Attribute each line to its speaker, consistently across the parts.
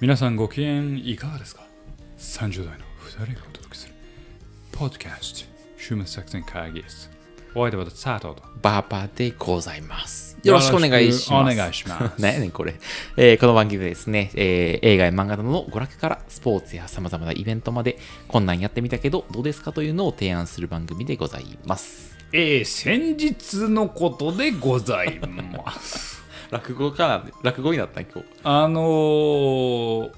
Speaker 1: 皆さんご機嫌いかがですか ?30 代の2人がお届けするポッドキャスト週末作戦会議室お相手は佐藤と
Speaker 2: バーバーでございます。よろしくお願いします。
Speaker 1: お願いします
Speaker 2: 何やねん、これ。えーこの番組でですね、えー映画や漫画などの娯楽からスポーツや様々なイベントまで、こんなんやってみたけど、どうですかというのを提案する番組でございます。
Speaker 1: えー、先日のことでございます。
Speaker 2: 落語かな落語になった今日。
Speaker 1: あのー、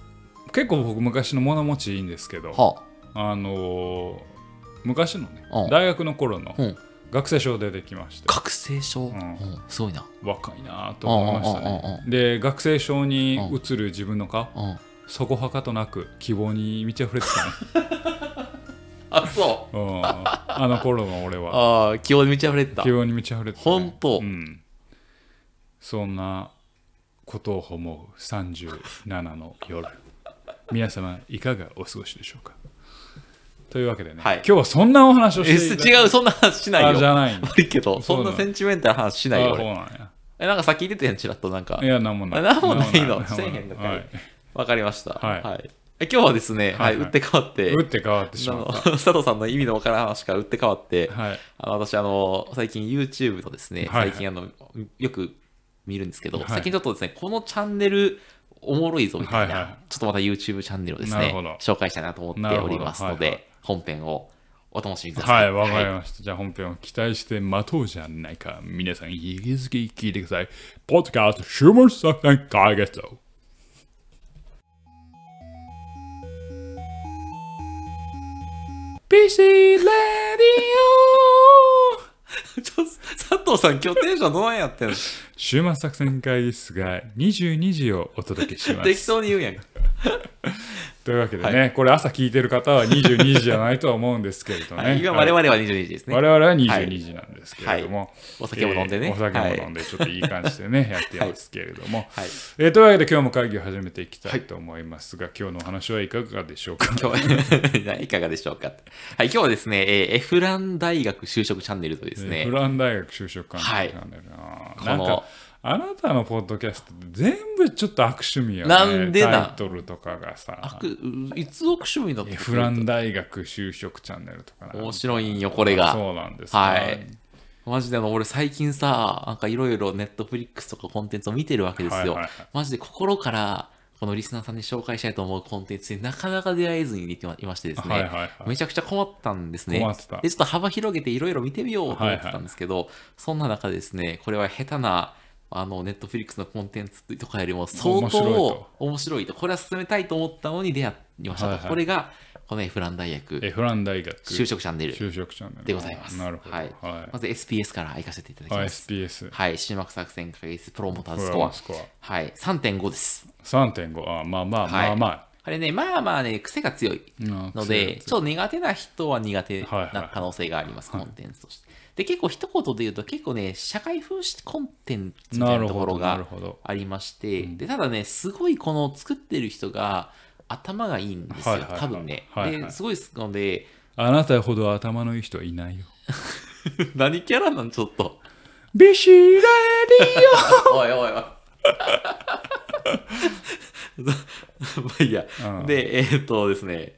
Speaker 1: 結構僕昔の物持ちいいんですけど、
Speaker 2: は
Speaker 1: あのー、昔のね、
Speaker 2: うん
Speaker 1: 大学の頃の
Speaker 2: あ、うん。
Speaker 1: 学生証出てきまして、
Speaker 2: 覚醒症、うんんすごいな。
Speaker 1: 若いなぁと思いました
Speaker 2: うんうんうん
Speaker 1: ね
Speaker 2: う。
Speaker 1: で、学生証に映る自分の顔、
Speaker 2: うん。
Speaker 1: そこはかとなく希望に満ち溢れて
Speaker 2: あ、そう。
Speaker 1: たね、うん、あの頃の俺は
Speaker 2: ああ、気を満ち溢れてた
Speaker 1: 希。望に満ち溢れてた、ね、
Speaker 2: ほんと
Speaker 1: うん、そんなことを思う37の夜皆様いかがお過ごしでしょうかというわけでね、
Speaker 2: はい
Speaker 1: 今日はそんなお話を
Speaker 2: え、
Speaker 1: してい
Speaker 2: 違う、そんな話しない
Speaker 1: あじゃ
Speaker 2: よ。
Speaker 1: ないんだ
Speaker 2: 悪いけど、
Speaker 1: そう
Speaker 2: そ
Speaker 1: なんの
Speaker 2: なセンチメンタルな話し
Speaker 1: あ
Speaker 2: ない
Speaker 1: そ
Speaker 2: よ、
Speaker 1: う
Speaker 2: 俺。
Speaker 1: なんや
Speaker 2: え、なんかさっき言ってたやん、ちらっとなんか
Speaker 1: い。やなんもない
Speaker 2: あなんもないの
Speaker 1: んも
Speaker 2: せえへんのかい
Speaker 1: はい
Speaker 2: わかりました。
Speaker 1: はい
Speaker 2: え今日はですね、
Speaker 1: は
Speaker 2: はいい、
Speaker 1: はい
Speaker 2: 打って変わって、
Speaker 1: 打って変わってし
Speaker 2: あ
Speaker 1: ま
Speaker 2: の
Speaker 1: っ
Speaker 2: 佐藤さんの意味のわからん話から打って変わって、
Speaker 1: たはい
Speaker 2: あの私、あの、最近 YouTube のですね、
Speaker 1: はいはい
Speaker 2: 最近あの、よく見るんですけど、
Speaker 1: はい
Speaker 2: 最近ちょっとですね、このチャンネル、おもろいぞみたいな、
Speaker 1: はいはい
Speaker 2: ちょっとまた YouTube チャンネルをです
Speaker 1: なるほ
Speaker 2: ね
Speaker 1: ど、
Speaker 2: 紹介したいなと思っておりますので、
Speaker 1: なる
Speaker 2: 本編をお楽しみくださ。
Speaker 1: はいい、わかりました。じゃあ本編を期待して待とうじゃないか。皆さん、引き続き聞いてください。ポッドキャスト、週末作戦会議室。PC レディオ
Speaker 2: ちょっと佐藤さん、今日テンションどないやってんの
Speaker 1: 週末作戦会議室が22時をお届けし ま
Speaker 2: 適
Speaker 1: す。
Speaker 2: 当に言うやん。
Speaker 1: というわけでね、これ朝聞いてる方は22時じゃないとは思うんですけれどね。
Speaker 2: はい今、我々は22時ですね。
Speaker 1: 我々は22時なんですけれども、
Speaker 2: お酒も飲んでね
Speaker 1: えーお酒も飲んで、ちょっといい感じで ね、やってますけれども、
Speaker 2: はい
Speaker 1: えーというわけで、今日も会議を始めていきたいと思いますが、今日のお話はいかがでしょうか。
Speaker 2: 今日 はいかがでしょうか。はい、今日はですね、えーエフラン大学就職チャンネルとです
Speaker 1: えー
Speaker 2: ね
Speaker 1: フ、ラン大学就職関係なんだよな。なん
Speaker 2: こ
Speaker 1: か
Speaker 2: の
Speaker 1: あなたのポッドキャストって全部ちょっと悪趣味よね。
Speaker 2: なんでなん
Speaker 1: タイトルとかがさ
Speaker 2: あ、くいつ奥趣味だった
Speaker 1: えーフラン大学就職チャンネルとかなんか
Speaker 2: 面白いんよ、これが。
Speaker 1: そうなんですか
Speaker 2: はい。マジであの、俺最近さ、なんかいろいろネットフリックスとかコンテンツを見てるわけですよ。
Speaker 1: はいはいはい
Speaker 2: マジで心から、このリスナーさんに紹介したいと思うコンテンツになかなか出会えずにいてまいましてですね、
Speaker 1: はいはいはい
Speaker 2: めちゃくちゃ困ったんですね。
Speaker 1: 困ってた
Speaker 2: で、ちょっと幅広げていろいろ見てみようと思ってたんですけど、そんな中ですね、これは下手な、あの、ネットフリックスのコンテンツとかよりも相
Speaker 1: 面白い
Speaker 2: 当
Speaker 1: と
Speaker 2: 面白いと、これは進めたいと思ったのに出会いましたと。
Speaker 1: はいはい
Speaker 2: これが、このエフラン大学
Speaker 1: えーフラン大学
Speaker 2: 就職チャンネル
Speaker 1: 就職チャンネル
Speaker 2: でございます。
Speaker 1: なるほど。
Speaker 2: はい。まず SPS から行かせていただき
Speaker 1: あ
Speaker 2: ます。
Speaker 1: SPS。
Speaker 2: はい。終幕作戦会議室プロモーター
Speaker 1: こ
Speaker 2: ズ
Speaker 1: れは
Speaker 2: スコア。
Speaker 1: スコア。
Speaker 2: はい。3.5です。
Speaker 1: 3.5。あまあまあ
Speaker 2: はい
Speaker 1: まあま
Speaker 2: あれね、まあまあね、癖が強い
Speaker 1: あ。うん
Speaker 2: ので、ちょっと苦手な人は苦手
Speaker 1: はいはい
Speaker 2: な可能性があります、コンテンツとして。で、結構一言で言うと、結構ね、社会風刺コンテンツみたいなとこ
Speaker 1: なるほど
Speaker 2: ろが
Speaker 1: なるほど
Speaker 2: ありまして、で、ただね、すごいこの作ってる人が頭がいいんですよ、
Speaker 1: はいはいはい
Speaker 2: 多分ね。
Speaker 1: はいはい
Speaker 2: で、すごいですので、
Speaker 1: あなたほど頭のいい人はいないよ。
Speaker 2: 何キャラなんちょっと。
Speaker 1: ビシレディ
Speaker 2: おいおいおい。まあいいや。
Speaker 1: うん
Speaker 2: で、えーっとですね。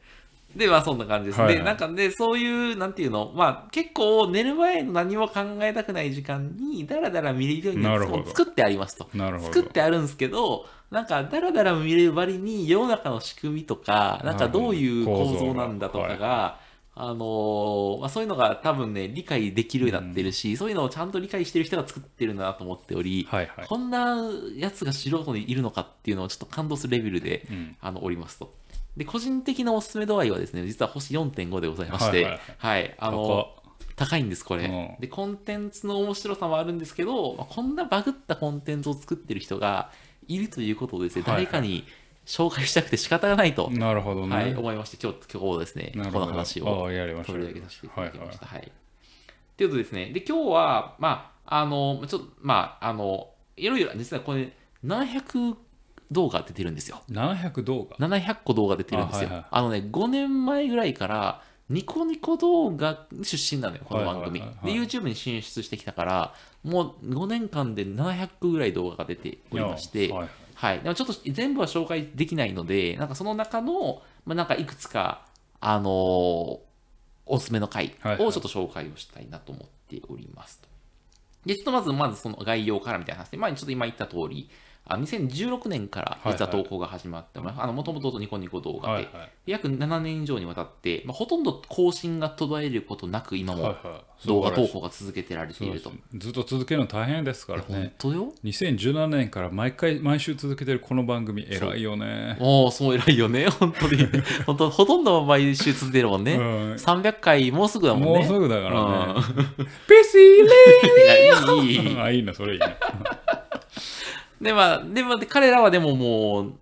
Speaker 2: で、まあそんな感じです。
Speaker 1: はいはい
Speaker 2: で、なんかで、そういう、なんていうの、まあ結構寝る前の何も考えたくない時間に、だらだら見れるように
Speaker 1: なるほど
Speaker 2: もう作ってありますと。
Speaker 1: オなるほ
Speaker 2: 作
Speaker 1: ど
Speaker 2: っ。てあるんですけど、なんかだらだら見れる割に世の中の仕組みとか、なんかどういう構造なんだと
Speaker 1: 構
Speaker 2: か
Speaker 1: 造
Speaker 2: が、あのーまあ、そういうのが多分ね、理解できるようになってるし、そういうのをちゃんと理解してる人が作ってるなと思っており、
Speaker 1: はいはい。
Speaker 2: こんなやつが素人にいるのかっていうのをちょっと感動するレベルで、
Speaker 1: うん
Speaker 2: あのおりますと。で、個人的なおすすめ度合いはですね、実は星4.5でございまして、
Speaker 1: は
Speaker 2: はいい
Speaker 1: はい
Speaker 2: あの
Speaker 1: こ
Speaker 2: 高いんですこれ、
Speaker 1: うん
Speaker 2: でコンテンツの面白さもあるんですけど、まあこんなバグったコンテンツを作ってる人がいるということをですね、
Speaker 1: はいはい
Speaker 2: 誰かに紹介したくて仕方がないと、
Speaker 1: なるほどね。
Speaker 2: はい、思いまして今日今日ですね
Speaker 1: なるほ
Speaker 2: こ
Speaker 1: ど
Speaker 2: の話
Speaker 1: あ
Speaker 2: を
Speaker 1: あやりましょう
Speaker 2: 取り上げさせていただきましたはい、ということですねで今日はまああのちょっとまああのいろいろ実はこれ700動画出てるんですよ
Speaker 1: 700動画。
Speaker 2: 700個動画出てるんですよ。
Speaker 1: あ
Speaker 2: あ,、
Speaker 1: はいはい
Speaker 2: のね、5年前ぐらいから、ニコニコ動画出身なのよ、この番組。
Speaker 1: はい
Speaker 2: で
Speaker 1: はいはい、はい
Speaker 2: YouTube に進出してきたから、もう5年間で700個ぐらい動画が出ておりまして、
Speaker 1: いや
Speaker 2: は
Speaker 1: はいい
Speaker 2: はい、でもちょっと全部は紹介できないので、なんかその中の、まあ、なんかいくつか、あのーおすすめの回
Speaker 1: はいはい
Speaker 2: をちょっと紹介をしたいなと思っておりますと。で、ちょっとまず、まずその概要からみたいな話で、前にちょっと今言った通り、あ2016年から実は投稿が始まって、まああのもともとニコニコ動画で、
Speaker 1: はいはい
Speaker 2: 約7年以上にわたって、まあ、ほとんど更新が途絶えることなく、今も
Speaker 1: はいはい
Speaker 2: 動画
Speaker 1: 素晴ら
Speaker 2: 投
Speaker 1: しい
Speaker 2: 稿が続けてられて
Speaker 1: そう
Speaker 2: い
Speaker 1: で
Speaker 2: る
Speaker 1: す
Speaker 2: と。
Speaker 1: ずっと続けるの大変ですから
Speaker 2: 本
Speaker 1: ね。
Speaker 2: 当よ
Speaker 1: 2017年から毎回、毎週続けてるこの番組、偉いよね。
Speaker 2: おお、そう偉いよね、 本当に。本当ほとんど毎週続いてるもんね。
Speaker 1: うん
Speaker 2: 300回、もうすぐだもんね。
Speaker 1: もうすぐだからね。
Speaker 2: ね。
Speaker 1: ペシー
Speaker 2: うん、いやいい
Speaker 1: レ
Speaker 2: いい
Speaker 1: ーあ、いいな、それいいな。
Speaker 2: で、まあ、でも、で彼らはでももう、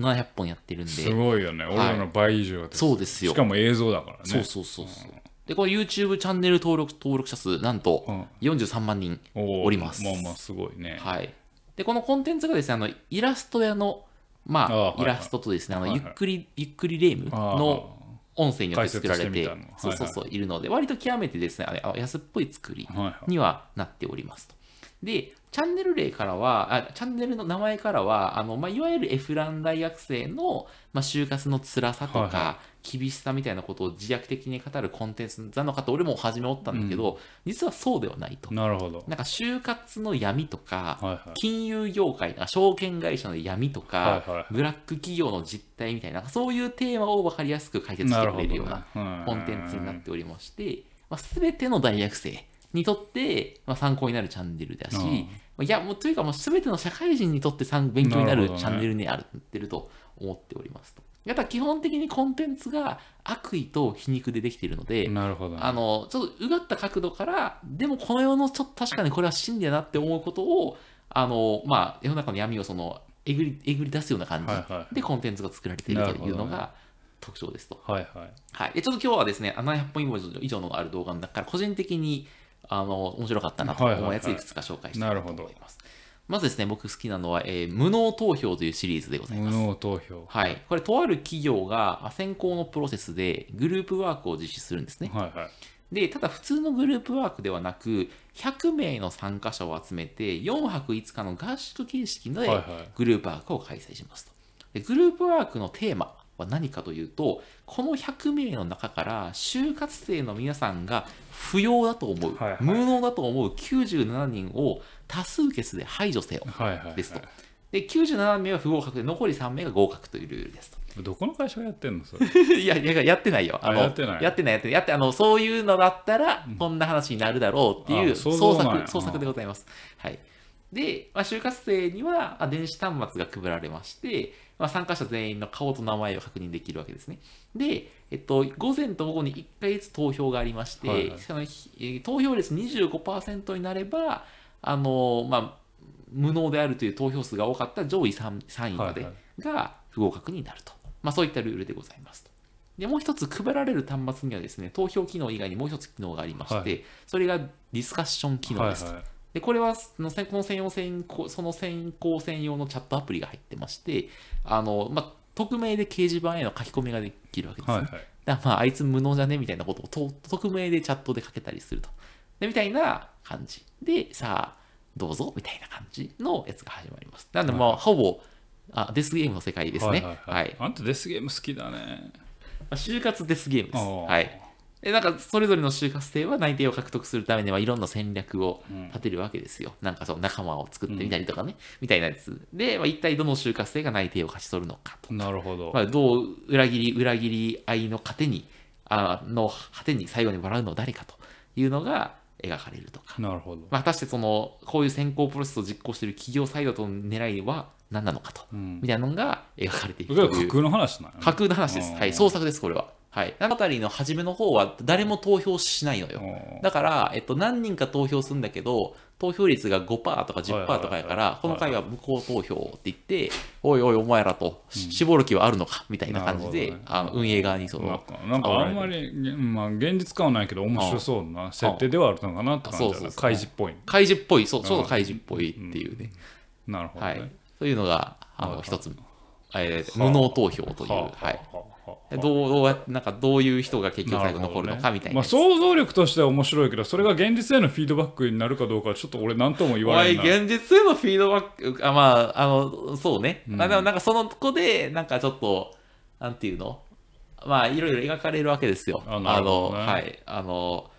Speaker 2: 700本やってるん
Speaker 1: す
Speaker 2: で。
Speaker 1: ごいよね。俺らの倍以上やってる
Speaker 2: そうですよ
Speaker 1: しかも映像だからね。
Speaker 2: そうそうそうそう。で、この YouTube チャンネル登録登録者数、なんと
Speaker 1: うん
Speaker 2: 43万人。
Speaker 1: お
Speaker 2: おります
Speaker 1: まあまあ、すごいね。
Speaker 2: はい。で、このコンテンツがですね、あのイラスト屋の、まあ、
Speaker 1: あはいはい
Speaker 2: イラストとですね、あの
Speaker 1: はい
Speaker 2: ゆ
Speaker 1: はい
Speaker 2: っくり、ゆっくりレーム
Speaker 1: あー
Speaker 2: の音声によって作られて、
Speaker 1: 解説してみたのはいはい
Speaker 2: そうそうそう、いるので、割と極めてですね、あれあ安っぽい作り
Speaker 1: はいはい
Speaker 2: にはなっておりますと。で、チャンネル例からは、あチャンネルの名前からは、あのまあ、いわゆるエフラン大学生の、まあ、就活の辛さと
Speaker 1: はいは
Speaker 2: か、厳しさみたいなことを自虐的に語るコンテンツなのかと、俺も初め思ったんだけど、実はそうではないと。
Speaker 1: なるほど。
Speaker 2: なんか就活の闇と
Speaker 1: は
Speaker 2: か、
Speaker 1: いはい。
Speaker 2: 金融業界あ証券会社の闇とか、
Speaker 1: はいはい
Speaker 2: ブラック企業の実態みたいなそういうテーマを分かりやすく解説してくれるようなコンテンツになっておりまして、まあ、全ての大学生にとって、まあ、参考になるチャンネルだし、
Speaker 1: うん
Speaker 2: まあいやもうというかもう全ての社会人にとって参勉強にな
Speaker 1: なる
Speaker 2: る
Speaker 1: ほどね
Speaker 2: チャンネルにあるってると思っておりますと。やっぱ基本的にコンテンツが悪意と皮肉でできているので、
Speaker 1: うんなるほどね。
Speaker 2: あのちょっとうがった角度からでもこの世のちょっと確かにこれは真理だなって思うことをあの、まあ、世の中の闇をそのえぐりえぐり出すような感
Speaker 1: はいは
Speaker 2: じでコンテンツが作られている
Speaker 1: なる
Speaker 2: と
Speaker 1: ほ
Speaker 2: い
Speaker 1: ど
Speaker 2: うの
Speaker 1: ね
Speaker 2: が特徴ですと。
Speaker 1: はいはい。
Speaker 2: はい、でちょっと今日はですねあ700本以上のある動画の中から個人的にあの面白かったなと
Speaker 1: はいはい
Speaker 2: 思
Speaker 1: は
Speaker 2: う
Speaker 1: い
Speaker 2: やついくつか紹介したい
Speaker 1: なる
Speaker 2: な
Speaker 1: ほ
Speaker 2: と
Speaker 1: ど
Speaker 2: 思います。まずですね、僕好きなのは、えー無能投票というシリーズでございます
Speaker 1: 無。能投票。
Speaker 2: はい、これ、とある企業があ選考のプロセスでグループワークを実施するんですね。
Speaker 1: はいはい。
Speaker 2: で、ただ普通のグループワークではなく、100名の参加者を集めて、4泊5日の合宿形式で
Speaker 1: はいはい
Speaker 2: グループワークを開催しますと。でグループワークのテーマは何かというと、この100名の中から、就活生の皆さんが不要だと思う、
Speaker 1: はいはい
Speaker 2: 無能だと思う97人を多数決で排除せよ
Speaker 1: はいはいはい。
Speaker 2: ですと。で、97名は不合格で、残り3名が合格というルールですと。
Speaker 1: どこの会社がやってんのそれ。
Speaker 2: いや、いや、やってないよ。
Speaker 1: あ
Speaker 2: の
Speaker 1: やってない
Speaker 2: やってない、やってない。やって、あの、そういうのだったら、こんな話になるだろうっていう
Speaker 1: あ想
Speaker 2: 創
Speaker 1: 像
Speaker 2: 作、
Speaker 1: なんや
Speaker 2: 創作でございます。はい。で、まあ、就活生には、あ電子端末が配られまして、まあ、参加者全員の顔と名前を確認できるわけですね。で、えっと、午前と午後に1回ずつ投票がありまして、
Speaker 1: はいはい
Speaker 2: その日えー投票率25%になれば、あの、まあ、無能であるという投票数が多かった上位 3, 3位ま
Speaker 1: は
Speaker 2: で
Speaker 1: い
Speaker 2: が不合格になると、まあ、そういったルールでございますと。でもう一つ配られる端末にはですね投票機能以外にもう一つ機能がありまして、
Speaker 1: は
Speaker 2: それがディスカッション機能ですと、
Speaker 1: はいはい
Speaker 2: でこれはそのこの専用専攻その専攻専用のチャットアプリが入ってましてあの、まあ、匿名で掲示板への書き込みができるわけですね、
Speaker 1: はいはい。
Speaker 2: だからまあ、あいつ無能じゃねみたいなことをと匿名でチャットでかけたりすると。でみたいな感じで、さあ、どうぞみたいな感じのやつが始まります。なんで、まあ、ほぼあデスゲームの世界ですね。
Speaker 1: はい
Speaker 2: は
Speaker 1: はいいはい。あんたデスゲーム好きだね。
Speaker 2: まあ就活デスゲームです。
Speaker 1: おー
Speaker 2: はい。でなんかそれぞれの就活生は内定を獲得するためにはいろんな戦略を立てるわけですよ。なんかそう仲間を作ってみたりとかね、みたいなやつ。で、まあ、一体どの就活生が内定を勝ち取るのかと。
Speaker 1: なるほど
Speaker 2: ま。あ、どう裏切り裏切り合いの糧にあの果てに最後に笑うのは誰かというのが描かれるとか、
Speaker 1: なるほど。
Speaker 2: まあ、果たしてそのこういう選考プロセスを実行している企業サイドとの狙いは何なのかと、
Speaker 1: うん。
Speaker 2: みたいなのが描かれてい
Speaker 1: こ
Speaker 2: る
Speaker 1: れ
Speaker 2: と
Speaker 1: は
Speaker 2: い
Speaker 1: 架
Speaker 2: う
Speaker 1: 空の話なの
Speaker 2: 架空の話です、
Speaker 1: うん
Speaker 2: はい、創作ですこれは、はい、あの辺りの初めの方は誰も投票しないのよ
Speaker 1: おー
Speaker 2: だから、えっと、何人か投票するんだけど、投票率が5%とか10%とか
Speaker 1: は
Speaker 2: やか
Speaker 1: いはいはいは
Speaker 2: ら
Speaker 1: い、
Speaker 2: この回は無効投票って言って、おいおい、お前らと、し絞る気はあるのかみたいな感じ
Speaker 1: なる
Speaker 2: で
Speaker 1: ほどね、
Speaker 2: あの運営側にそ
Speaker 1: なん
Speaker 2: の
Speaker 1: か、なんかあんまり、まあ、現実感はないけど面白そうな設定ではあるのかなって感
Speaker 2: あ
Speaker 1: じ
Speaker 2: そう
Speaker 1: だ
Speaker 2: そうそう
Speaker 1: 開示っぽい。
Speaker 2: 開示っぽい、そう、ちょう
Speaker 1: う
Speaker 2: ど
Speaker 1: ん
Speaker 2: 開示っぽいっていうね、
Speaker 1: なるほど
Speaker 2: は
Speaker 1: ね
Speaker 2: い。。というのが、あ
Speaker 1: はいは
Speaker 2: の、
Speaker 1: い
Speaker 2: 一つ、えー無能投票という、
Speaker 1: はあ
Speaker 2: はい。
Speaker 1: はあは
Speaker 2: どうどうやなんかどういう人が結局最後残るのかみたいな
Speaker 1: ま
Speaker 2: や
Speaker 1: あ、
Speaker 2: つ。
Speaker 1: 想像力としては面白いけどそれが現実へのフィードバックになるかどうかはちょっと俺何とも言わ
Speaker 2: お
Speaker 1: れ
Speaker 2: い、
Speaker 1: ない
Speaker 2: 現実へのフィードバック、あまあ、あの、そうね。
Speaker 1: うん
Speaker 2: まあでもなんかそのとこで、なんかちょっと、なんていうのまあ、いろいろ描かれるわけですよ。
Speaker 1: あなるほどね
Speaker 2: の、はい。あの、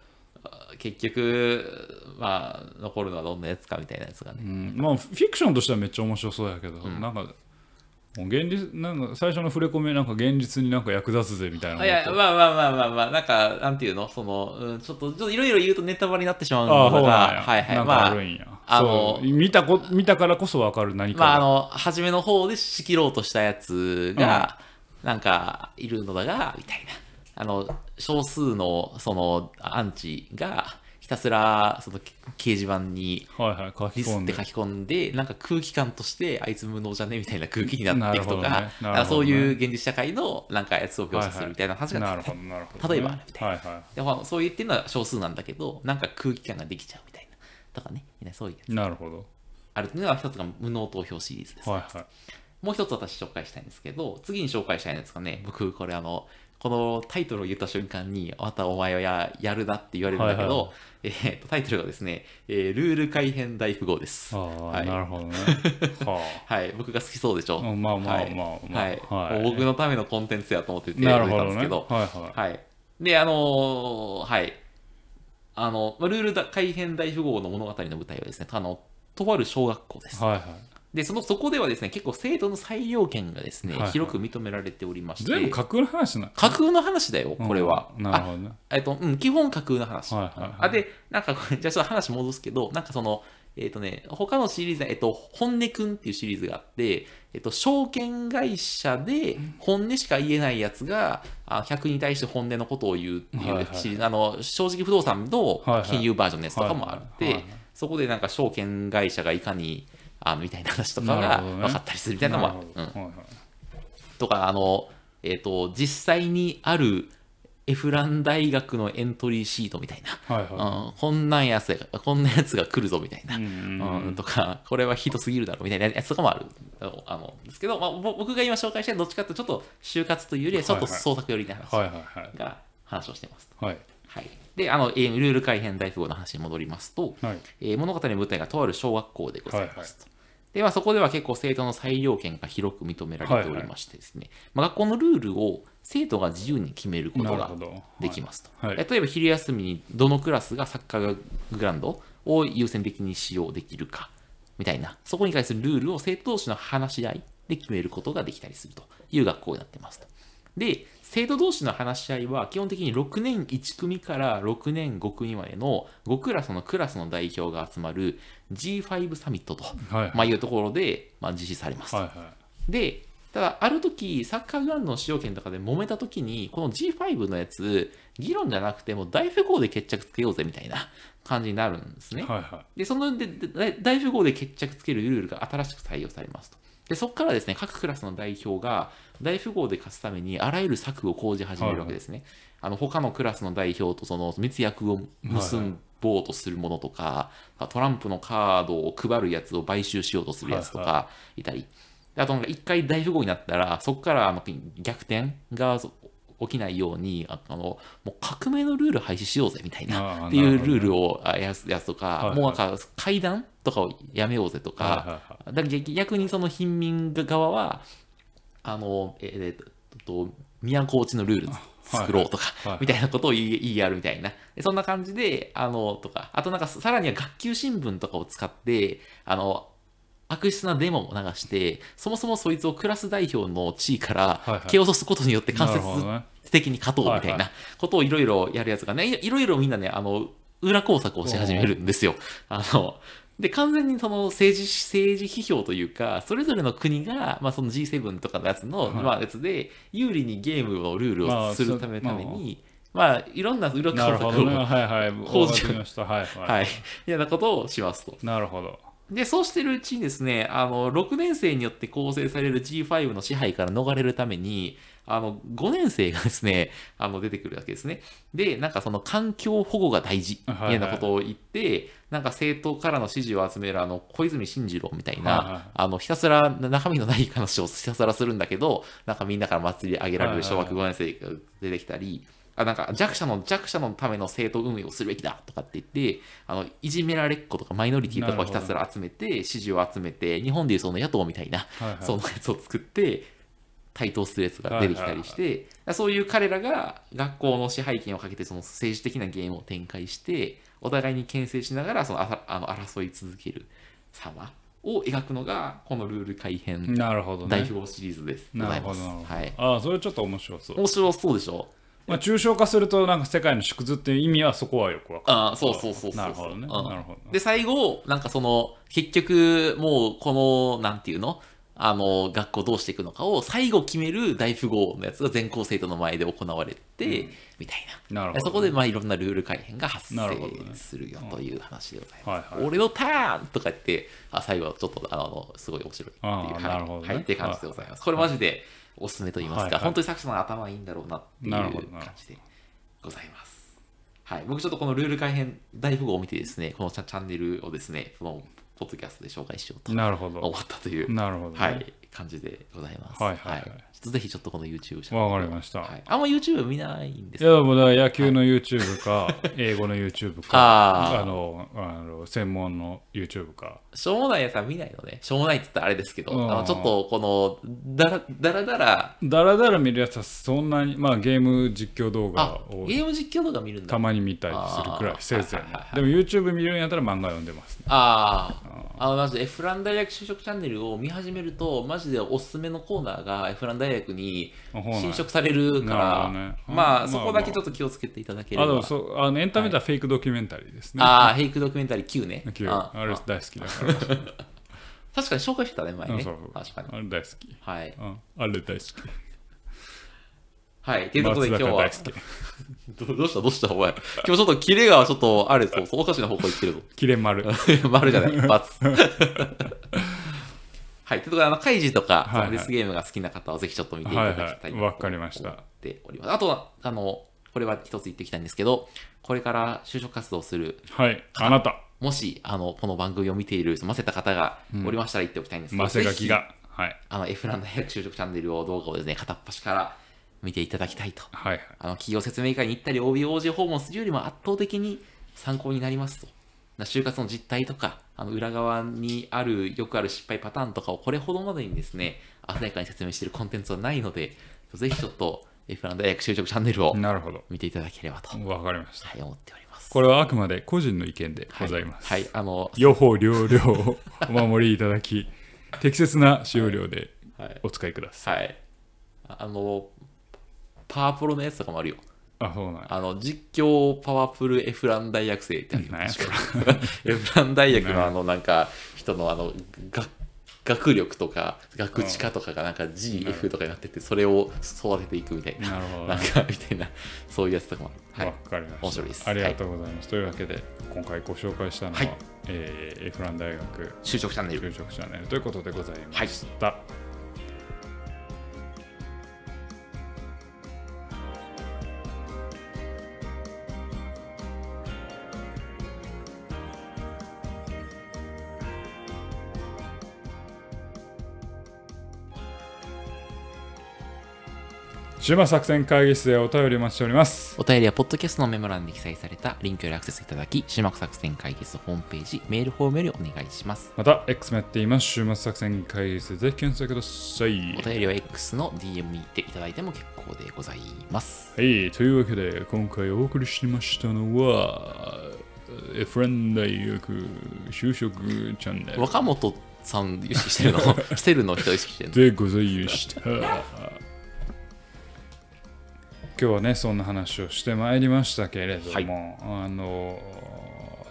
Speaker 2: 結局、まあ、残るのはどんなやつかみたいなやつがね。
Speaker 1: うんまあフィクションとしてはめっちゃ面白そうやけど、
Speaker 2: ん
Speaker 1: なんかもう現実なんか最初の触れ込みなんか現実になんか役立つぜみたいな
Speaker 2: あいや、
Speaker 1: 思っ
Speaker 2: まあまあまあまあまあ、なんか、なんていうのその、うん、ちょっと、ちょっといろいろ言うとネタバレになってしまう
Speaker 1: たああ
Speaker 2: の
Speaker 1: ほう
Speaker 2: が、
Speaker 1: なんや、
Speaker 2: はいは
Speaker 1: な
Speaker 2: い。
Speaker 1: んか
Speaker 2: ま
Speaker 1: あ
Speaker 2: あ
Speaker 1: る、んや、
Speaker 2: あ
Speaker 1: そう見たこ見たからこそ分かる何か
Speaker 2: ま
Speaker 1: が、
Speaker 2: あ、あの、初めの方で仕切ろうとしたやつが、なんか、いるのだが、みたいな。あの、少数の、その、アンチが、ひたすら、その、け掲示板に、
Speaker 1: はいはい書き
Speaker 2: リス
Speaker 1: 込ん
Speaker 2: って
Speaker 1: で
Speaker 2: 書き込んで、なんか空気感として、あいつ無能じゃねみたいな空気になっていくとか、
Speaker 1: なるほどねなるほどね
Speaker 2: なんかそういう現実社会の、なんかやつを描写す
Speaker 1: はいは
Speaker 2: る
Speaker 1: い
Speaker 2: みたいな話が、
Speaker 1: なるほどなるほど、
Speaker 2: 例えばみた
Speaker 1: はいは
Speaker 2: でまあそう言ってるのは少数なんだけど、なんか空気感ができちゃうみたいな。とかね、みんなそういうやつ
Speaker 1: いなるほど
Speaker 2: あるっていうのが一つが無能投票シリーズです。
Speaker 1: はいはい
Speaker 2: もう一つ私紹介したいんですけど、次に紹介したいんですかね、僕、これあの、このタイトルを言った瞬間に、またお前はややるなって言われるんだけど、
Speaker 1: はいは
Speaker 2: えーっとタイトルがですね、えールール改変大富豪です。
Speaker 1: ああ、
Speaker 2: はい
Speaker 1: なる ほどねは
Speaker 2: はい、僕が好きそうでしょ。
Speaker 1: あうんまあまあまあまあ
Speaker 2: はいはいもう僕のためのコンテンツやと思ってて、
Speaker 1: なるほ
Speaker 2: やっ
Speaker 1: ど
Speaker 2: てたんで
Speaker 1: ね
Speaker 2: すけど、
Speaker 1: はいはい
Speaker 2: はい。で、あのーはい。あの、まあルールだ改変大富豪の物語の舞台はですね、あの、とある小学校です。
Speaker 1: はいはい
Speaker 2: で、その、そこではですね、結構生徒の裁量権がですね、
Speaker 1: はいはい
Speaker 2: 広く認められておりまして、
Speaker 1: 全部架空の話な
Speaker 2: 架空の話だよ、これは。
Speaker 1: うんなる
Speaker 2: あ
Speaker 1: ほどね
Speaker 2: えっと、うん、基本架空の話。
Speaker 1: はいはいはい
Speaker 2: あで、なんかこれ、じゃあちょっと話戻すけど、なんかその、えっ、とね、他のシリーズは、えっ、と、本音くんっていうシリーズがあって、えっ、と、証券会社で本音しか言えないやつが、あ客に対して本音のことを言うっていうシリ
Speaker 1: はい
Speaker 2: ー
Speaker 1: はい
Speaker 2: ズ、あの、正直不動産の金融バージョンのやつとかもあって、
Speaker 1: はいはいはいはい
Speaker 2: そこでなんか証券会社がいかに、あの、みたいな話とか
Speaker 1: なる
Speaker 2: が
Speaker 1: ほどね
Speaker 2: 分かったりするみたいなの
Speaker 1: な
Speaker 2: も
Speaker 1: る、ほ
Speaker 2: う
Speaker 1: ど
Speaker 2: ん
Speaker 1: は、いはい
Speaker 2: とか、あの、えっ、と、実際にあるエフラン大学のエントリーシートみたいな。
Speaker 1: はいは
Speaker 2: うん、こんなんやつや、こんなやつが来るぞみたいな。
Speaker 1: い。うん
Speaker 2: うん、とか、これはひどすぎるだろみたいなやつとかもある。あの、ですけど、まあ、ぼ僕が今紹介したどっちかっていうとちょっと就活というよりはちょっと
Speaker 1: はいはい
Speaker 2: 創作寄りな話
Speaker 1: はいはいは
Speaker 2: が話をしてます。
Speaker 1: い。はい。
Speaker 2: はい。で、あの、えールール改変大富豪の話に戻りますと、
Speaker 1: はい。
Speaker 2: えー物語の舞台がとある小学校でございますと。ではそこでは結構生徒の裁量権が広く認められておりましてですね、まあ、学校のルールを生徒が自由に決めること
Speaker 1: なる
Speaker 2: が
Speaker 1: ほど。
Speaker 2: できますと、
Speaker 1: はいはい
Speaker 2: 例えば昼休みにどのクラスがサッカーグラウンドを優先的に使用できるかみたいなそこに対するルールを生徒同士の話し合いで決めることができたりするという学校になってますとで生徒同士の話し合いは基本的に6年1組から6年5組までの5クラスのクラスの代表が集まる G5 サミットと、
Speaker 1: はい。
Speaker 2: まあ、いうところで、まあ、実施されますと
Speaker 1: はいは
Speaker 2: で、ただ、ある時、サッカーグラウンドの使用権とかで揉めた時に、この G5 のやつ、議論じゃなくて、もう大富豪で決着つけようぜみたいな感じになるんです
Speaker 1: い。
Speaker 2: ね。
Speaker 1: はいは
Speaker 2: で、そのでで大大富豪で決着つけるルールが新しく採用されますと。で、そこからですね、各クラスの代表が大富豪で勝つためにあらゆる策を講じ始めるわけですね。あの、他のクラスの代表とその密約を結ぼうとするものとか、トランプのカードを配るやつを買収しようとするやつと
Speaker 1: はい
Speaker 2: かいたり。であと、なんか一回大富豪になったら、そこからあの逆転がそ起きないように、ああの、もう革命のルール廃止しようぜみたい
Speaker 1: あ
Speaker 2: な、
Speaker 1: ー
Speaker 2: っていう
Speaker 1: なるほどね
Speaker 2: ルールをあやすやつとか、
Speaker 1: はいはい
Speaker 2: もうなんか階段とかをやめようぜとか、
Speaker 1: はいはいは
Speaker 2: だ逆逆にその貧民側は、あの、ええっとえっと、都落ちのルール作ろうとか、
Speaker 1: いはい
Speaker 2: みたいなことを言い言いやるみたいな。でそんな感じで、あの、とか、あとなんかさらには学級新聞とかを使って、あの、悪質なデモを流して、そもそもそいつをクラス代表の地位か
Speaker 1: いは
Speaker 2: ら
Speaker 1: い
Speaker 2: 蹴落とすことによって
Speaker 1: い。
Speaker 2: 間接
Speaker 1: なるほどね
Speaker 2: 的に勝とうみたい
Speaker 1: はいは
Speaker 2: なことをいろいろやるやつがね、いろいろみんなね、あの、裏工作をし始めるんですよ。あの、で、完全にその政治、政治批評というか、それぞれの国が、まあその G7 とかのやつの、
Speaker 1: はい
Speaker 2: まあやつで、有利にゲームのルール
Speaker 1: ま
Speaker 2: を
Speaker 1: あ
Speaker 2: する
Speaker 1: そ
Speaker 2: ためために、まあいろんな裏工
Speaker 1: なる
Speaker 2: 作
Speaker 1: ほどね。
Speaker 2: を、
Speaker 1: はいはい。
Speaker 2: 工事
Speaker 1: 大垣の人。はいは。
Speaker 2: はいい、いやなことをしますと。
Speaker 1: なるほど。
Speaker 2: で、そうしてるうちにですね、あの、6年生によって構成される G5 の支配から逃れるために、あの、5年生がですね、あの、出てくるわけですね。で、なんかその環境保護が大事、み
Speaker 1: はいは
Speaker 2: た
Speaker 1: い
Speaker 2: いなことを言って、なんか政党からの支持を集める、あの、小泉進次郎みたい
Speaker 1: はいはい
Speaker 2: な、あの、ひたすら中身のない話を ひたすらするんだけど、なんかみんなから祭り上げられる小学5年生が出てきたり、あなんか弱者の弱者のための政党運営をするべきだとかって言ってあのいじめられっ子とかマイノリティとかをひたすら集めて支持を集めて日本でいうその野党みたいな、
Speaker 1: はいはい
Speaker 2: そのやつを作って対等するやつが出てきたりして、そういう彼らが学校の支配権をかけてその政治的なゲームを展開してお互いに牽制しながらそのあさあの争い続ける様を描くのがこのルール改変
Speaker 1: なるほどね。
Speaker 2: 代表シリーズです。ござ
Speaker 1: ないるほ
Speaker 2: ま
Speaker 1: ど
Speaker 2: す
Speaker 1: なるほど。
Speaker 2: はい、
Speaker 1: ああ、それちょっと面白そう。
Speaker 2: 面白そうでしょ
Speaker 1: まあ、抽象化すると、なんか世界の縮図っていう意味はそこはよくわかる。
Speaker 2: あーそうそうそうそうそう
Speaker 1: なるほどね。
Speaker 2: うん
Speaker 1: なるほど。
Speaker 2: で、最後、なんかその、結局、もう、この、なんていうのあの、学校どうしていくのかを最後決める大富豪のやつが全校生徒の前で行われて、みたいな。
Speaker 1: なるほど
Speaker 2: そこで、まあ、いろんなルール改変が発
Speaker 1: なるほどね
Speaker 2: 生するよという話でございます。
Speaker 1: はいはい
Speaker 2: 俺のターンとか言って、あ最後はちょっと、あの、すごい面白いっていう、
Speaker 1: あー
Speaker 2: はい
Speaker 1: なるほどね
Speaker 2: はい、っていう感じでございます。これマジでおすすめと言いますか、
Speaker 1: はいはい
Speaker 2: 本当に作者の頭いいんだろうなっていう
Speaker 1: なる
Speaker 2: 感
Speaker 1: ほどなるほど
Speaker 2: じでございます。はい、僕ちょっとこのルール改変大富豪を見てですね、このチャチャンネルをですね、そのポッドキャストで紹介しようと
Speaker 1: なるほど。
Speaker 2: 思ったという、
Speaker 1: なるほど、ね。
Speaker 2: はい、感じでございます。
Speaker 1: はいはいはい
Speaker 2: ちょっとぜひちょっとこの YouTube チャンネル
Speaker 1: わかりました。、
Speaker 2: はいい、あんま YouTube 見ないんですけど
Speaker 1: や、もうだから野球の YouTube か、英語の YouTube か、
Speaker 2: あー
Speaker 1: あの、あの専門の YouTube か。
Speaker 2: しょうもないやつは見ないのね、しょうもないって言ったらあれですけど、
Speaker 1: うん
Speaker 2: あのちょっとこのだらだらだら、
Speaker 1: だらだら見るやつはそんなに、まあゲーム実況動画
Speaker 2: あ
Speaker 1: を
Speaker 2: ゲーム実況動画見るんだ。
Speaker 1: たまに見たりするくらい
Speaker 2: あ、ー
Speaker 1: せいぜいね
Speaker 2: はいはい。
Speaker 1: でも YouTube 見るんやったら漫画読んでます、ね。
Speaker 2: ああ、あの、マジで F ラン大学就職チャンネルを見始めると、マジでおすすめのコーナーが F ラン大学に
Speaker 1: あほうなん
Speaker 2: 侵食されるか
Speaker 1: なる
Speaker 2: ら、
Speaker 1: ほどねうんま
Speaker 2: ま
Speaker 1: あ
Speaker 2: あ、そこだけちょっと気をつけていただければ。
Speaker 1: あ、でもそう、あのエンタメではフェイクドキュメンタリーですね。
Speaker 2: ああ、フェイクドキュメンタリー Q ね。
Speaker 1: 野球
Speaker 2: あ
Speaker 1: あれ大好きだから。
Speaker 2: 確かに紹介してたね、前
Speaker 1: うん
Speaker 2: ね。
Speaker 1: そうそう
Speaker 2: 確
Speaker 1: あ
Speaker 2: かに。
Speaker 1: れ大好き。
Speaker 2: はい。
Speaker 1: うんあれ大好き。
Speaker 2: はい。ということで今日
Speaker 1: 松坂
Speaker 2: は
Speaker 1: 大、好き。
Speaker 2: どどうしたどうしたお前。今日ちょっとキレがちょっと、あれ、そう そう、おかしな方向行ってるぞ。
Speaker 1: キレ丸。
Speaker 2: 丸じゃない、一発。はい、ということで、あの、カイジとか、
Speaker 1: はいはい
Speaker 2: そのデスゲームが好きな方は、ぜひちょっと見ていただきた
Speaker 1: はいい
Speaker 2: な
Speaker 1: はい。
Speaker 2: と
Speaker 1: わかりまし。
Speaker 2: 思ったております。あとは、あの、これは一つ言っておきたいんですけど、これから就職活動をする、
Speaker 1: はい。あなた。
Speaker 2: もし、あの、この番組を見ている、ませた方がおりましたら言っておきたいんですけど、
Speaker 1: マセガキ
Speaker 2: ぜひ。
Speaker 1: が。はい。
Speaker 2: あの、F ラン大学就職チャンネルを動画をですね、片っ端から見ていただきたいと。
Speaker 1: はいはい。
Speaker 2: あの、企業説明会に行ったり、OBOG 訪問するよりも圧倒的に参考になりますと。な就活の実態とか、あの裏側にあるよくある失敗パターンとかをこれほどまでにですね、鮮やかに説明しているコンテンツはないので、ぜひちょっと F ラン大学就職チャンネルを
Speaker 1: なるほど。
Speaker 2: 見ていただければと、
Speaker 1: わかりました。
Speaker 2: はい、思っております。
Speaker 1: これはあくまで個人の意見でございます。
Speaker 2: はい、はいあの、
Speaker 1: 両方両両をお守りいただき、適切な使用量で
Speaker 2: はい、
Speaker 1: お使いください。
Speaker 2: はい。ああの、パワプロのやつとかもあるよ。
Speaker 1: あ、そうなんや
Speaker 2: あの、実況パワフルエフラン大学生ってあるよ
Speaker 1: 何やそれ
Speaker 2: エフラン大学のあの、なんか、人のあの、学、学力とか、学知化とかがなんか G、F とかになってて、それを育てていくみたいな。
Speaker 1: なるほど
Speaker 2: なんか、みたいな、そういうやつとかもある。
Speaker 1: わ
Speaker 2: はい。
Speaker 1: かりました。
Speaker 2: 面白いです
Speaker 1: ありがとうございます。というわけで、今回ご紹介したのは、
Speaker 2: はい
Speaker 1: えーエフラン大学
Speaker 2: 就職チャンネル。
Speaker 1: 就職チャンネルということでございました。週末作戦会議室でお便りお待ちしております。
Speaker 2: お便りは、ポッドキャストのメモ欄に記載されたリンクよりアクセスいただき、始末作戦会議室ホームページ、メールフォームよりお願いします。
Speaker 1: また、X もやっています。週末作戦会議室でぜひ検索ください
Speaker 2: お。便りは X の DM に行っていただいても結構でございます。
Speaker 1: はい、というわけで今回お送りしましたのはえーフラン大学就職チャンネル
Speaker 2: 若本さん意識して るのセルの人意識してるの
Speaker 1: でございました今日はねそんな話をしてまいりましたけれども、あのー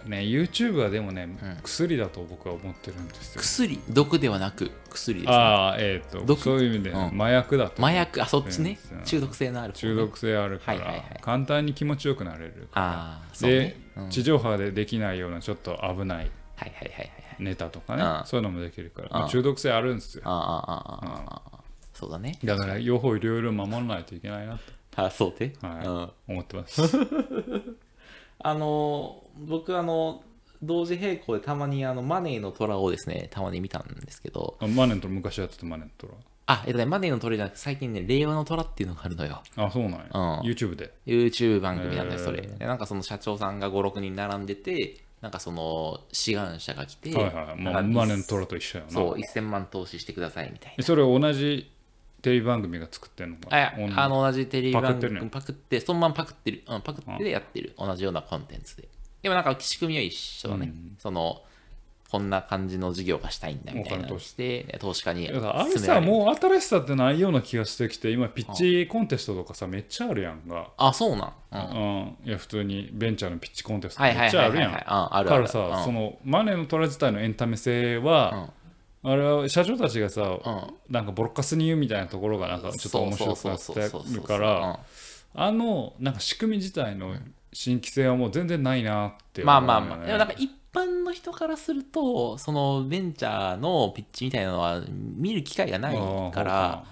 Speaker 1: ね YouTube はでもね、薬だと僕は思ってるんですよ
Speaker 2: 薬毒ではなく薬です、ね、
Speaker 1: ああえっ、と
Speaker 2: 毒
Speaker 1: そういう意味で、
Speaker 2: うん
Speaker 1: 麻薬だと
Speaker 2: 麻薬あそっちね
Speaker 1: うん
Speaker 2: 中毒性のある方ね
Speaker 1: 中毒性あるから、
Speaker 2: はいはいはい
Speaker 1: 簡単に気持ちよくなれる
Speaker 2: ああそう
Speaker 1: で
Speaker 2: ね、うん
Speaker 1: 地上波でできないようなちょっと危ない
Speaker 2: はいはいはいはいはい。
Speaker 1: ネタとかね、
Speaker 2: うん
Speaker 1: そういうのもできるから、
Speaker 2: ん
Speaker 1: まあ中毒性あるんですよ
Speaker 2: ああああああああ。そうだね。
Speaker 1: だから両方いろいろ守らないといけないなと
Speaker 2: あそうて。
Speaker 1: はい
Speaker 2: うん
Speaker 1: 思ってます は
Speaker 2: あの僕あの同時並行でたまにあのマネーの虎をですねたまに見たんですけど
Speaker 1: いマネントロ昔やってたマネントロ
Speaker 2: あえっとねマネーの虎じゃなくて最近ね令和の虎っていうのがあるのよ
Speaker 1: あそうなんや、
Speaker 2: うん
Speaker 1: YouTube で
Speaker 2: YouTube 番組なんだよ
Speaker 1: へー
Speaker 2: それ、でなんかその社長さんが56人並んでてなんかその志願者が来て、
Speaker 1: はいはいはいま
Speaker 2: な
Speaker 1: あ
Speaker 2: んか
Speaker 1: マネントロと一緒やな
Speaker 2: そう1000万投資してくださいみたい
Speaker 1: えそれ同じテレビ番組が作ってんのか
Speaker 2: なあいやあの同じテレビ
Speaker 1: パ
Speaker 2: 番
Speaker 1: クってる
Speaker 2: 組
Speaker 1: ね
Speaker 2: パクってそのままパクってる、うん、パクってやってる同じようなコンテンツででもなんか仕組みは一緒だね、そのこんな感じの事業がしたいんだみたい
Speaker 1: お
Speaker 2: な
Speaker 1: 金投資
Speaker 2: して投資家に
Speaker 1: いやだからあれ
Speaker 2: 勧めら
Speaker 1: さ
Speaker 2: れる
Speaker 1: もう新しさってないような気がしてきて今ピッチコンテストとかさめっちゃあるやんが、
Speaker 2: あそうなん、うん、
Speaker 1: うん、いや普通にベンチャーのピッチコンテスト
Speaker 2: は
Speaker 1: め
Speaker 2: いは
Speaker 1: っ
Speaker 2: いはい
Speaker 1: ちゃ
Speaker 2: は
Speaker 1: あ
Speaker 2: い
Speaker 1: る
Speaker 2: は
Speaker 1: や
Speaker 2: い
Speaker 1: ん
Speaker 2: うん
Speaker 1: だ
Speaker 2: ある
Speaker 1: か
Speaker 2: ある
Speaker 1: らさ、
Speaker 2: うん
Speaker 1: そのマネーの虎自体のエンタメ性は、あれは社長たちがさ、なんかボロカスに言うみたいなところがなんかちょっと面白くなってるからあのなんか仕組み自体の新規性はもう全然ないなって
Speaker 2: まあ
Speaker 1: う
Speaker 2: まあ
Speaker 1: よね
Speaker 2: まあでもなんか一般の人からするとそのベンチャーのピッチみたいなのは見る機会がない
Speaker 1: ああ
Speaker 2: から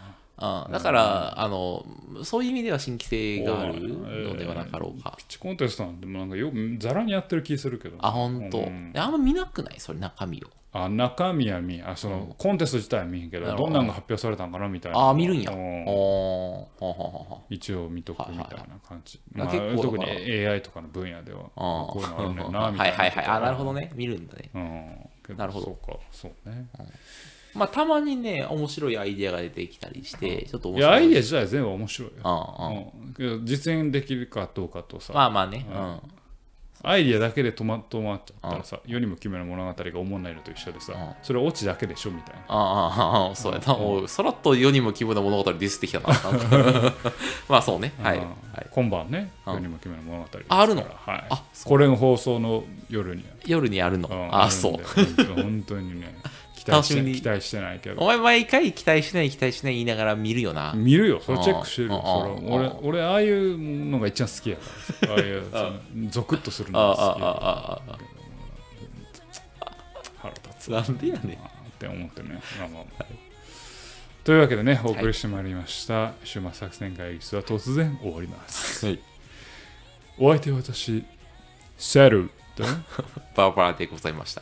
Speaker 2: うんだからあのそういう意味では新規性があるのではなかろうか
Speaker 1: ピッチコンテストなんてもうなんかよざらにやってる気するけど
Speaker 2: あ本当
Speaker 1: うん
Speaker 2: あんま見なくないそれ中身を
Speaker 1: あ中身は見えあその、コンテスト自体は見えんけ
Speaker 2: な
Speaker 1: ど
Speaker 2: る
Speaker 1: ど
Speaker 2: ほど
Speaker 1: んなんが発表されたんかなみたいな
Speaker 2: ああ見るんや
Speaker 1: う
Speaker 2: おーほうほうほうほう
Speaker 1: 一応見とく
Speaker 2: はい
Speaker 1: み
Speaker 2: はい
Speaker 1: たいな感じ、
Speaker 2: まあ
Speaker 1: まあ
Speaker 2: 結構
Speaker 1: 特
Speaker 2: だ
Speaker 1: に
Speaker 2: から
Speaker 1: AI とかの分野では
Speaker 2: あ
Speaker 1: こういうのある んだよ
Speaker 2: あ
Speaker 1: なみ
Speaker 2: は
Speaker 1: た
Speaker 2: い
Speaker 1: いな
Speaker 2: はいはいあなるほどね見るんだね
Speaker 1: うんけ
Speaker 2: なるほど
Speaker 1: そうかそうね
Speaker 2: まあたまにね面白いアイデアが出てきたりしてちょっと面
Speaker 1: いや
Speaker 2: 白
Speaker 1: ア
Speaker 2: い
Speaker 1: イデア自体全部面白いよ、
Speaker 2: うんうん
Speaker 1: うんけど実現できるかどうかとさ、
Speaker 2: まあまあね、うん。
Speaker 1: アイディアだけで止ま止まっちゃったらさ、世にも奇妙な物語が思わないのと一緒でさ、
Speaker 2: うん
Speaker 1: それオチだけでしょみたいな。
Speaker 2: ああああ、そうやな。おいさらっと世にも奇妙な物語ディスってきたな。 なんかまあそうね。はい。
Speaker 1: うん
Speaker 2: はい、
Speaker 1: 今晩ね、
Speaker 2: うん
Speaker 1: 世にも奇妙な物語ですから
Speaker 2: ああるの
Speaker 1: はい
Speaker 2: あ
Speaker 1: これの放送の夜に
Speaker 2: 夜にやるの。
Speaker 1: うん
Speaker 2: ああ、
Speaker 1: るん
Speaker 2: そう
Speaker 1: で。本当本当にね、期待し
Speaker 2: 楽しみ
Speaker 1: て
Speaker 2: に
Speaker 1: 期待してないけ
Speaker 2: お
Speaker 1: ど。
Speaker 2: 前毎回期待しない期待しない言いながら見るよな。
Speaker 1: 見るよ、それチェックしてるよ。
Speaker 2: うん
Speaker 1: そ
Speaker 2: うん
Speaker 1: れ俺
Speaker 2: う、
Speaker 1: 俺ああいうのが一番好きやからさ。ああいう、そのゾクッとするの
Speaker 2: ああ
Speaker 1: が
Speaker 2: あ
Speaker 1: 好きやから
Speaker 2: ああああ
Speaker 1: 腹立つ
Speaker 2: あ。なんでやねん。
Speaker 1: なって思ってね。まあまあまあというわけでね、お送りしてまいりました。週末作戦会議室は突然終わります。
Speaker 2: はい。
Speaker 1: お相手は私、セルと、
Speaker 2: バーバラでございました。